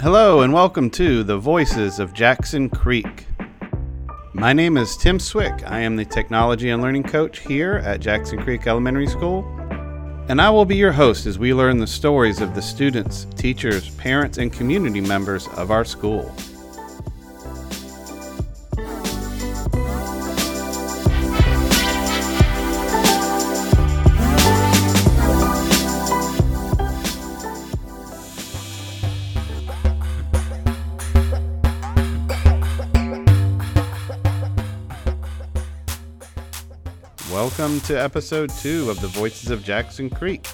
Hello, and welcome to the Voices of Jackson Creek. My name is Tim Swick. I am the Technology and Learning Coach here at Jackson Creek Elementary School, and I will be your host as we learn the stories of the students, teachers, parents, and community members of our school. Welcome to episode two of the Voices of Jackson Creek.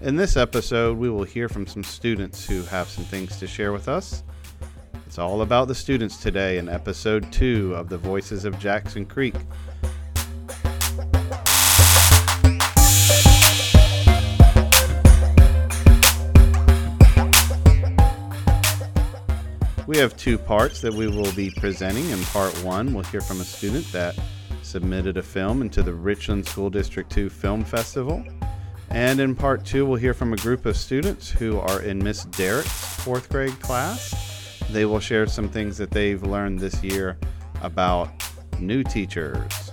In this episode, we will hear from some students who have some things to share with us. It's all about the students today in episode two of the Voices of Jackson Creek. We have two parts that we will be presenting. In part one, we'll hear from a student that submitted a film into the Richland School District 2 Film Festival. And in part two, we'll hear from a group of students who are in Miss Derrick's fourth grade class. They will share some things that they've learned this year about new teachers.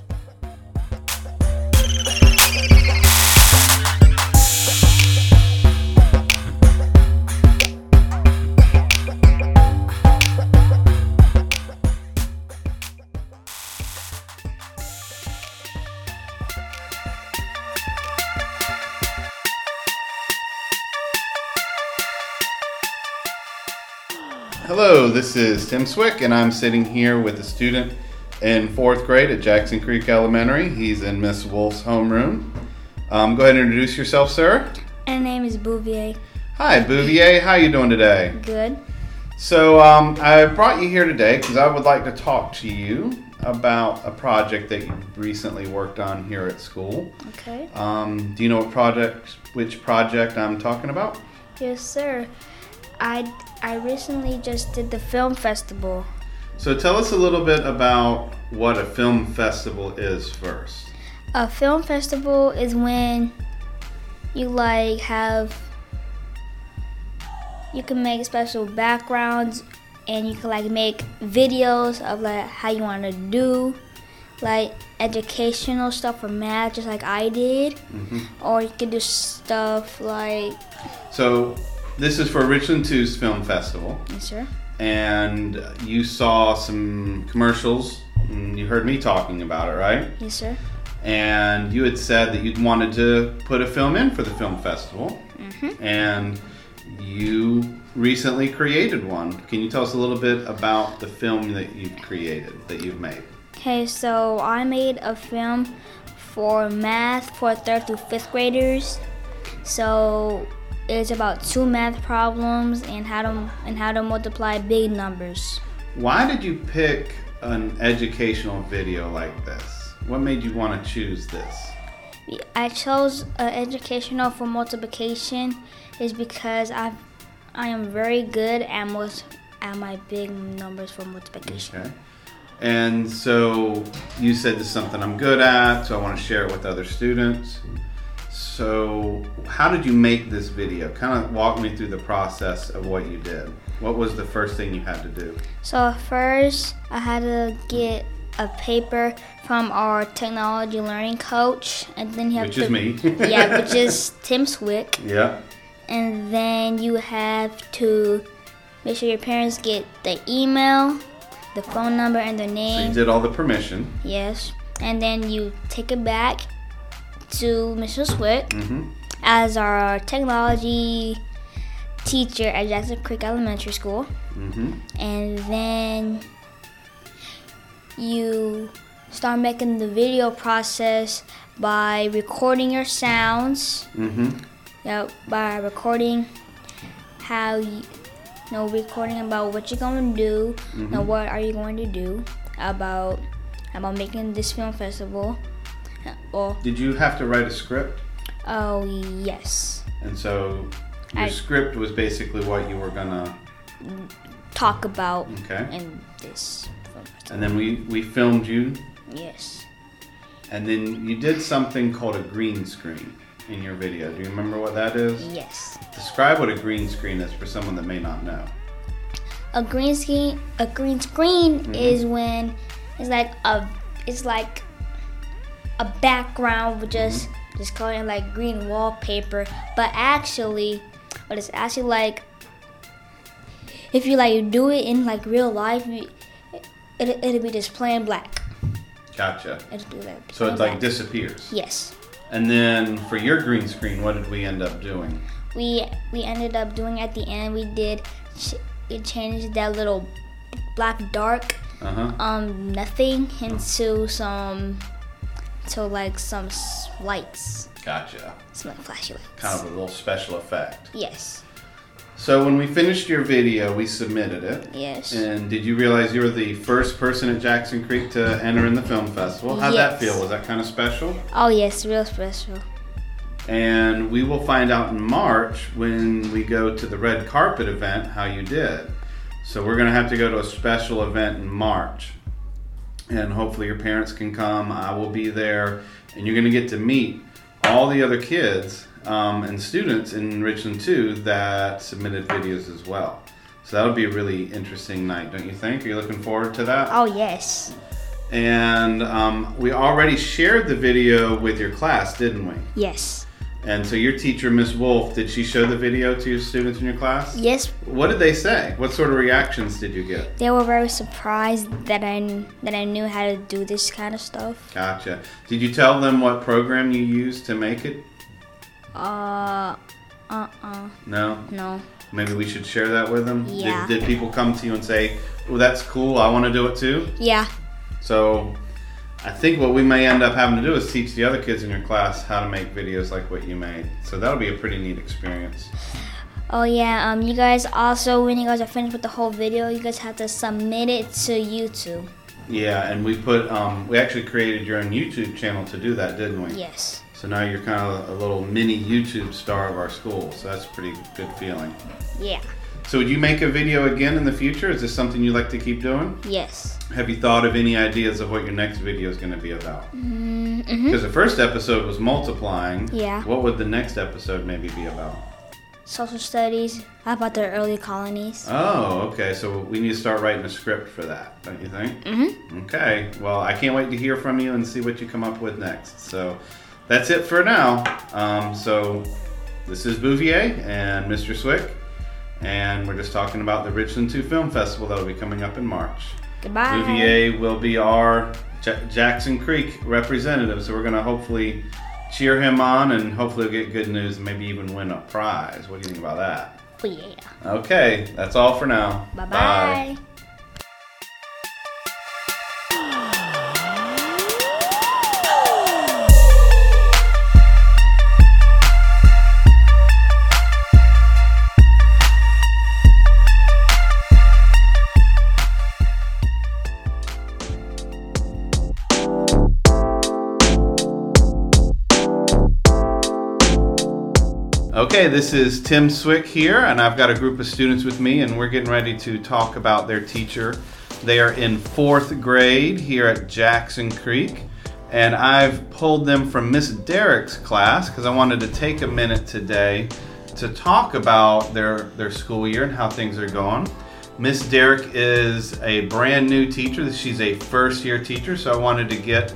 Hello, this is Tim Swick, and I'm sitting here with a student in fourth grade at Jackson Creek Elementary. He's in Miss Wolf's homeroom. Um, go ahead and introduce yourself, sir. My name is Bouvier. Hi, Bouvier. How you doing today? Good. So um, I brought you here today because I would like to talk to you about a project that you recently worked on here at school. Okay. Um, do you know what project, which project I'm talking about? Yes, sir. I I recently just did the film festival. So tell us a little bit about what a film festival is first. A film festival is when you like have you can make special backgrounds and you can like make videos of like how you want to do like educational stuff for math just like I did or you can do stuff like So this is for Richland 2's film festival, yes sir and you saw some commercials. And you heard me talking about it, right? yes sir and you had said that you'd wanted to put a film in for the film festival, and you recently created one. Can you tell us a little bit about the film that you've created, that you've made? Okay, so I made a film for math for third through fifth graders. So it's about two math problems and how to and how to multiply big numbers. Why did you pick an educational video like this? What made you want to choose this? I chose uh, educational for multiplication is because I I am very good at most at my big numbers for multiplication. Okay. And so you said this is something I'm good at, so I want to share it with other students. So, how did you make this video? Kind of walk me through the process of what you did. What was the first thing you had to do? So first, I had to get a paper from our technology learning coach, and then you have Which to is me. yeah, which is Tim Swick, Yeah. and then you have to make sure your parents get the email, the phone number, and their So you name. did all the permission. Yes, and then you take it back to Mr. Swick Mhm. as our technology teacher at Jackson Creek Elementary School. Mm-hmm. and then you start making the video process by recording your sounds Mm-hmm. you know, by recording how you, you know recording about what you're going to do you know, what are you going to do about about making this film festival well Did you have to write a script? oh yes And so your I- script was basically what you were gonna. talk about Okay. in this film festival. And then we we filmed you yes And then you did something called a green screen in your video. Do you remember what that is? yes Describe what a green screen is for someone that may not know. a green screen a green screen Mm-hmm. is when it's like a it's like a background with just Mm-hmm. just calling it like green wallpaper but actually but it's actually like if you like you do it in like real life you, it, it'll be just plain black Gotcha. it'll be like So plain it like black. disappears. yes And then for your green screen, what did we end up doing? we we ended up doing at the end we did ch- we changed that little black dark Uh huh. um nothing into some to like some s- lights Gotcha. some like flashy lights Kind of a little special effect. yes So when we finished your video, we submitted it. yes And did you realize you were the first person at Jackson Creek to enter in the film festival? How'd that Yes. feel? Was that kind of special? oh yes real special And we will find out in March when we go to the red carpet event how you did. So we're going to have to go to a special event in March. And hopefully your parents can come. I will be there. And you're going to get to meet all the other kids um, and students in Richland too that submitted videos as well. So that'll be a really interesting night, don't you think? Are you looking forward to that? oh yes And um, we already shared the video with your class, didn't we? yes And so your teacher, Miss Wolf, did she show the video to your students in your class? yes What did they say? What sort of reactions did you get? they were very surprised that i kn- that i knew how to do this kind of stuff Gotcha. Did you tell them what program you used to make it? uh uh-uh No. no Maybe we should share that with them. Yeah. Did, did people come to you and say, "Oh, that's cool. I want to do it too"? yeah So, I think what we may end up having to do is teach the other kids in your class how to make videos like what you made. So that'll be a pretty neat experience. Oh yeah, um you guys also when you guys are finished with the whole video, you guys have to submit it to YouTube. Yeah, and we put um, we actually created your own YouTube channel to do that, didn't we? Yes. So now you're kind of a little mini YouTube star of our school. So that's a pretty good feeling. Yeah. So would you make a video again in the future? Is this something you like to keep doing? Yes. Have you thought of any ideas of what your next video is going to be about? Mm-hmm. Because the first episode was multiplying. Yeah. What would the next episode maybe be about? Social studies how about the early colonies. Oh, okay. So we need to start writing a script for that, don't you think? Mm-hmm. Okay. Well, I can't wait to hear from you and see what you come up with next. So that's it for now. Um, so this is Bouvier and Mr. Swick, and we're just talking about the Richland 2 Film Festival that will be coming up in March. Goodbye. Bouvier will be our Ja- Jackson Creek representative, so we're going to hopefully cheer him on and hopefully we'll get good news and maybe even win a prize. What do you think about that? Oh, yeah. Okay, that's all for now. Bye bye. Okay, this is Tim Swick here, and I've got a group of students with me, and we're getting ready to talk about their teacher. They are in fourth grade here at Jackson Creek, and I've pulled them from Miss Derrick's class because I wanted to take a minute today to talk about their, their school year and how things are going. Miss Derrick is a brand new teacher, she's a first year teacher, so I wanted to get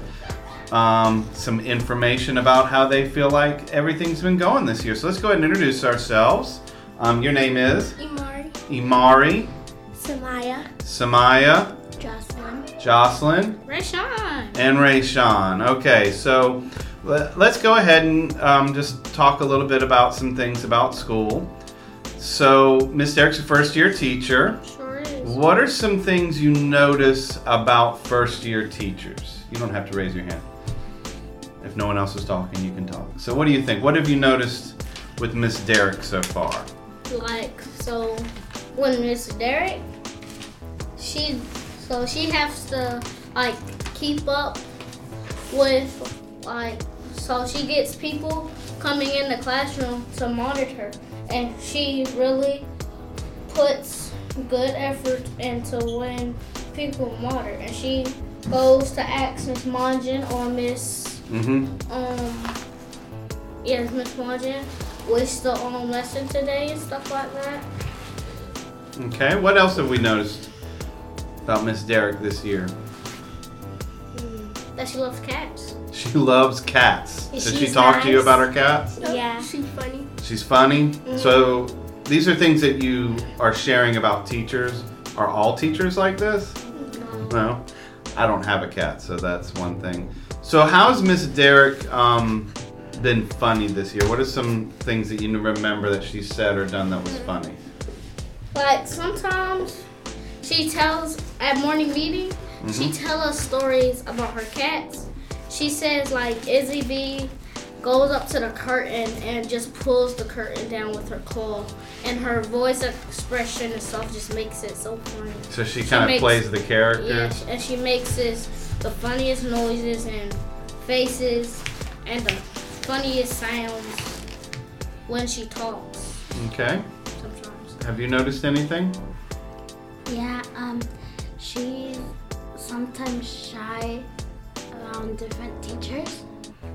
um, some information about how they feel like everything's been going this year. So let's go ahead and introduce ourselves. Um, your name is Imari, Imari, Samaya, Samaya, Jocelyn, Jocelyn, Rashawn. and Rayshawn. Okay, so le- let's go ahead and um, just talk a little bit about some things about school. So, Miss Derek's a first year teacher. Sure is. What are some things you notice about first year teachers? You don't have to raise your hand. If no one else is talking, you can talk. So, what do you think? What have you noticed with Miss Derrick so far? Like so, when Miss Derek, she so she has to like keep up with like so she gets people coming in the classroom to monitor, and she really puts good effort into when people monitor, and she goes to ask Miss Monjin or Miss Mm-hmm. um yes, Miss Margin, what's the um lesson today and stuff like that. Okay, what else have we noticed about Miss Derrick this year? That she loves cats. She loves cats. Did She's she talk to you nice. about her cats? Yeah. She's funny. She's funny. Mm. So these are things that you are sharing about teachers. Are all teachers like this? Mm-hmm. No. I don't have a cat, so that's one thing. So how has Miss Derrick um, been funny this year? What are some things that you remember that she said or done that was Mm. funny? Like sometimes she tells at morning meeting, she tell us stories about her cats. She says like Izzy B goes up to the curtain and just pulls the curtain down with her claw, and her voice expression and stuff just makes it so funny. So she She kind of makes- plays the character. Yeah, sh- and she makes this the funniest noises and faces and the funniest sounds when she talks Okay. sometimes. Have you noticed anything? Yeah, um, she's sometimes shy around different teachers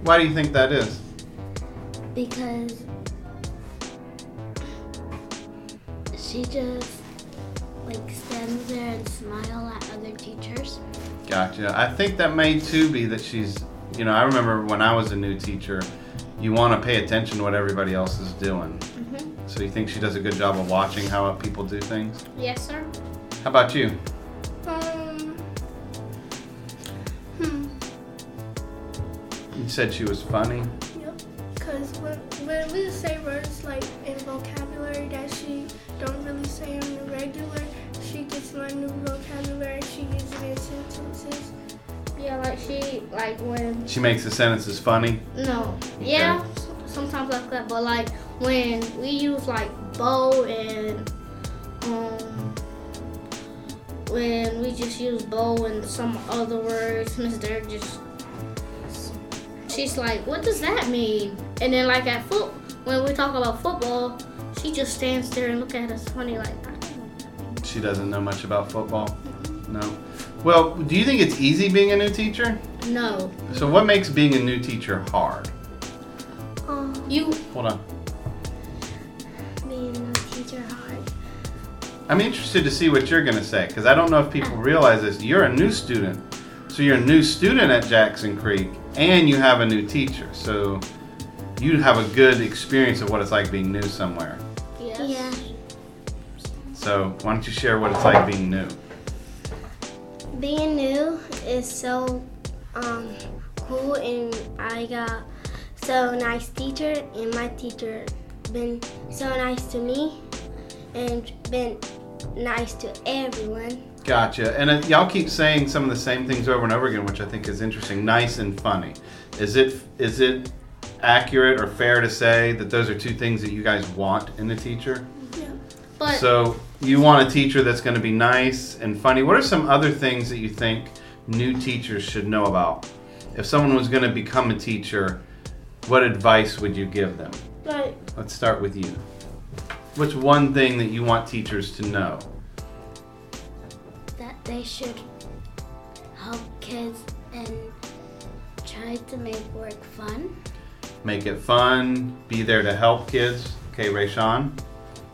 Why do you think that is? because she just like stands there and smile at other teachers. Gotcha. I think that may too be that she's, you know, I remember when I was a new teacher, you want to pay attention to what everybody else is doing. So you think she does a good job of watching how people do things? Yes, sir. How about you? Um, You said she was funny. Yep. Because when, when we say words like in vocabulary that she don't really say on the regular, she gets my new vocabulary. She gives me in sentences. yeah, like she, like when, She makes the sentences funny. no, yeah, s- sometimes like that, but like when we use like bow and, um, when we just use bow and some other words, Miss Derek just, she's like, what does that mean? And then like at foot, when we talk about football, she just stands there and look at us funny like, I don't know. She doesn't know much about football. No. Well, do you think it's easy being a new teacher? no, So what makes being a new teacher hard? Oh, you, Hold on. Being a teacher hard. I'm interested to see what you're going to say because I don't know if people realize this. You're a new student. So you're a new student at Jackson Creek and you have a new teacher. So you have a good experience of what it's like being new somewhere. yes. Yeah. So why don't you share what it's like being new? Being new is so um, cool, and I got so nice teacher, and my teacher been so nice to me, and been nice to everyone. Gotcha. And uh, y'all keep saying some of the same things over and over again, which I think is interesting. Nice and funny. Is it is it accurate or fair to say that those are two things that you guys want in a teacher? But So you want a teacher that's going to be nice and funny. What are some other things that you think new teachers should know about? If someone was going to become a teacher, what advice would you give them? Like Let's start with you. What's one thing that you want teachers to know? That they should help kids and try to make work fun. Make it fun, be there to help kids. Okay, Rayshawn.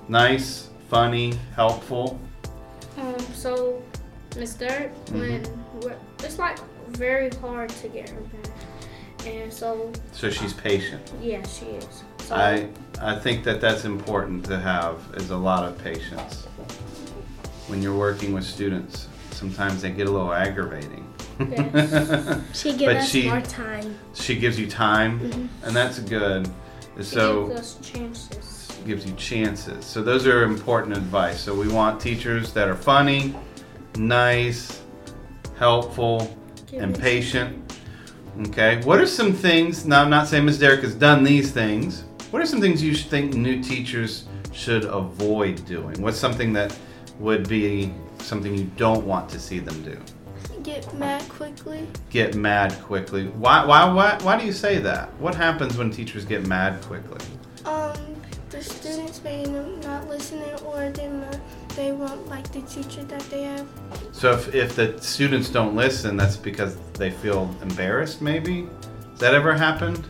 Nice, funny, helpful. Um, so Miss Dirt, Mm-hmm. when we're, it's like very hard to get her back, and so So she's patient. yeah, she is. So I I think that that's important to have is a lot of patience. When you're working with students, sometimes they get a little aggravating. She But us she- more time. she gives you time, and that's good. she So gives us chances. gives you chances. So those are important advice. So we want teachers that are funny, nice, helpful, and patient. Okay. What are some things? Now I'm not saying Ms. Derrick has done these things. What are some things you should think new teachers should avoid doing? What's something that would be something you don't want to see them do? get mad quickly Get mad quickly. Why? Why? Why? Why do you say that? What happens when teachers get mad quickly? um the students may n- not listening or they not, they won't like the teacher that they have So if, if the students don't listen, that's because they feel embarrassed, maybe? Has that ever happened?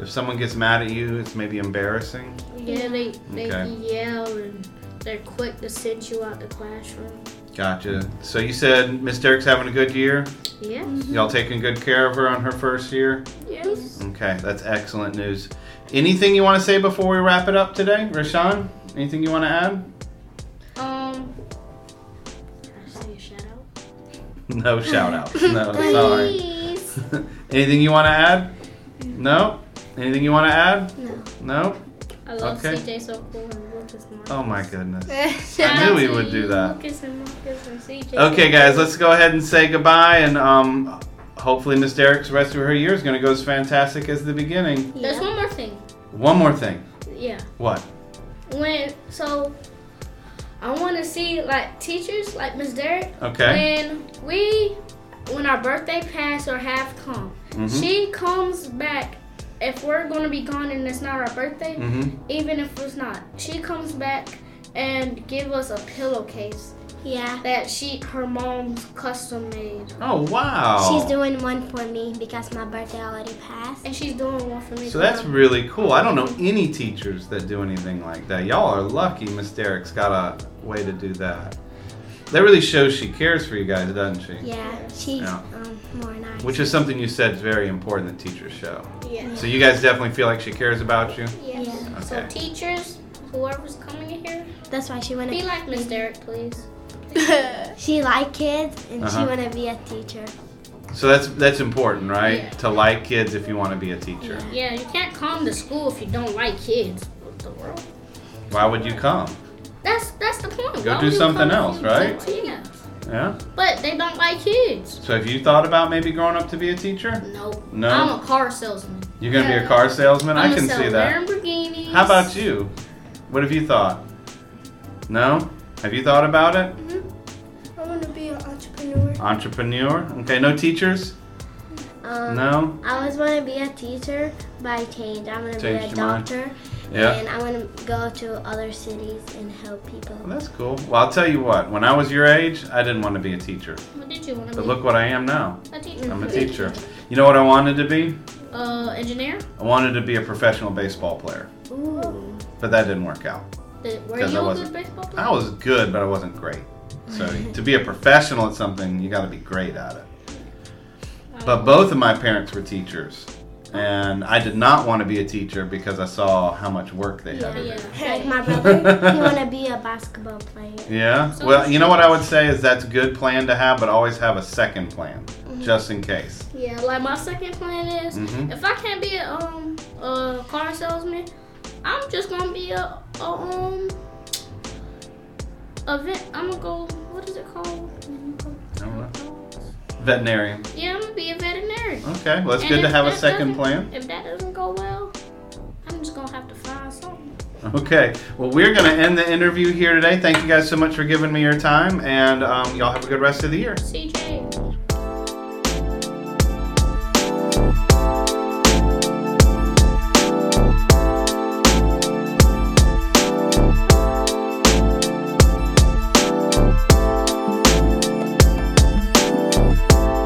If someone gets mad at you, it's maybe embarrassing? Yeah, they they Okay. yell and they're quick to send you out the classroom. Gotcha. So you said Miss Derek's having a good year. Yes. Y'all taking good care of her on her first year. Mm, Yes. Okay, that's excellent news. Anything you want to say before we wrap it up today, Rashawn? Anything you want to add? Um. Can I say a shout out? No shout out. No, sorry. Please. Anything you want to add? No. Anything you want to add? No. No. I love Okay. CJ so cool and Lucas Marcus. Oh my goodness. Shout I knew out we to would do you, that. Lucas and Marcus and CJ. Okay, guys, let's go ahead and say goodbye, and um, hopefully Miss Derek's rest of her year is going to go as fantastic as the beginning. There's one more thing. One more thing. Yeah. What? When so, I want to see like teachers like Miss Derek Okay. when we when our birthday pass or half come. Mhm. She comes back if we're gonna be gone and it's not our birthday, Mm-hmm. even if it's not. She comes back and give us a pillowcase Yeah. that she her mom's custom made, Oh wow. She's doing one for me because my birthday already passed. and she's doing one for me. So that's too. really cool. I don't know any teachers that do anything like that. Y'all are lucky Miss Derek's got a way to do that. That really shows she cares for you guys, doesn't she? Yeah. She's Yeah. um more nice. Which is something you said is very important that teachers show. yeah. So you guys definitely feel like she cares about you? Yeah. So Okay. teachers, whoever's coming in here, That's why she wanna be like Miss Derek, please. she like kids and Uh-huh. she wanna be a teacher. So that's that's important, right? Yeah. To like kids if you want to be a teacher. Yeah, you can't come to school if you don't like kids. What the world? Why would you come? That's that's the point. Go Why do would you something come if else, you don't right? like kids? Yeah. But they don't like kids. So have you thought about maybe growing up to be a teacher? Nope. No? I'm a car salesman. You're gonna be a car salesman. I'm I can gonna see sell that. Lamborghinis. How about you? What have you thought? No. Have you thought about it? I want to be an entrepreneur. Entrepreneur. Okay. No teachers. Um No. I always wanna be a teacher, but I changed. I wanna Changed be a your mind. doctor Yeah. and I wanna go to other cities and help people. Well, that's cool. Well, I'll tell you what. When I was your age, I didn't want to be a teacher. What did you want to But be? look what I am now. a teacher. I'm a teacher. You know what I wanted to be? Uh, engineer. I wanted to be a professional baseball player. Ooh. But that didn't work out. Did- Were you Because I a wasn't. good baseball player? I was good, but I wasn't great. So to be a professional at something, you got to be great at it. But both of my parents were teachers, and I did not want to be a teacher because I saw how much work they had. to do. Oh, Yeah. Like my brother, he wanna be a basketball player. Yeah. So Well, it's- you know what I would say is that's a good plan to have, but always have a second plan Mm-hmm. just in case. Yeah. Like my second plan is, Mhm. if I can't be a um a car salesman, I'm just gonna be a, a um event. I'm gonna go. What is it called? I don't know. Oh, Veterinarian. Yeah, I'm gonna be a veterinarian. Okay. Well, it's And good to if have a that second doesn't- plan. If that doesn't go well, I'm just gonna have to find something. Okay. Well, we're going to end the interview here today. Thank you guys so much for giving me your time, and um, y'all have a good rest of the year. CJ,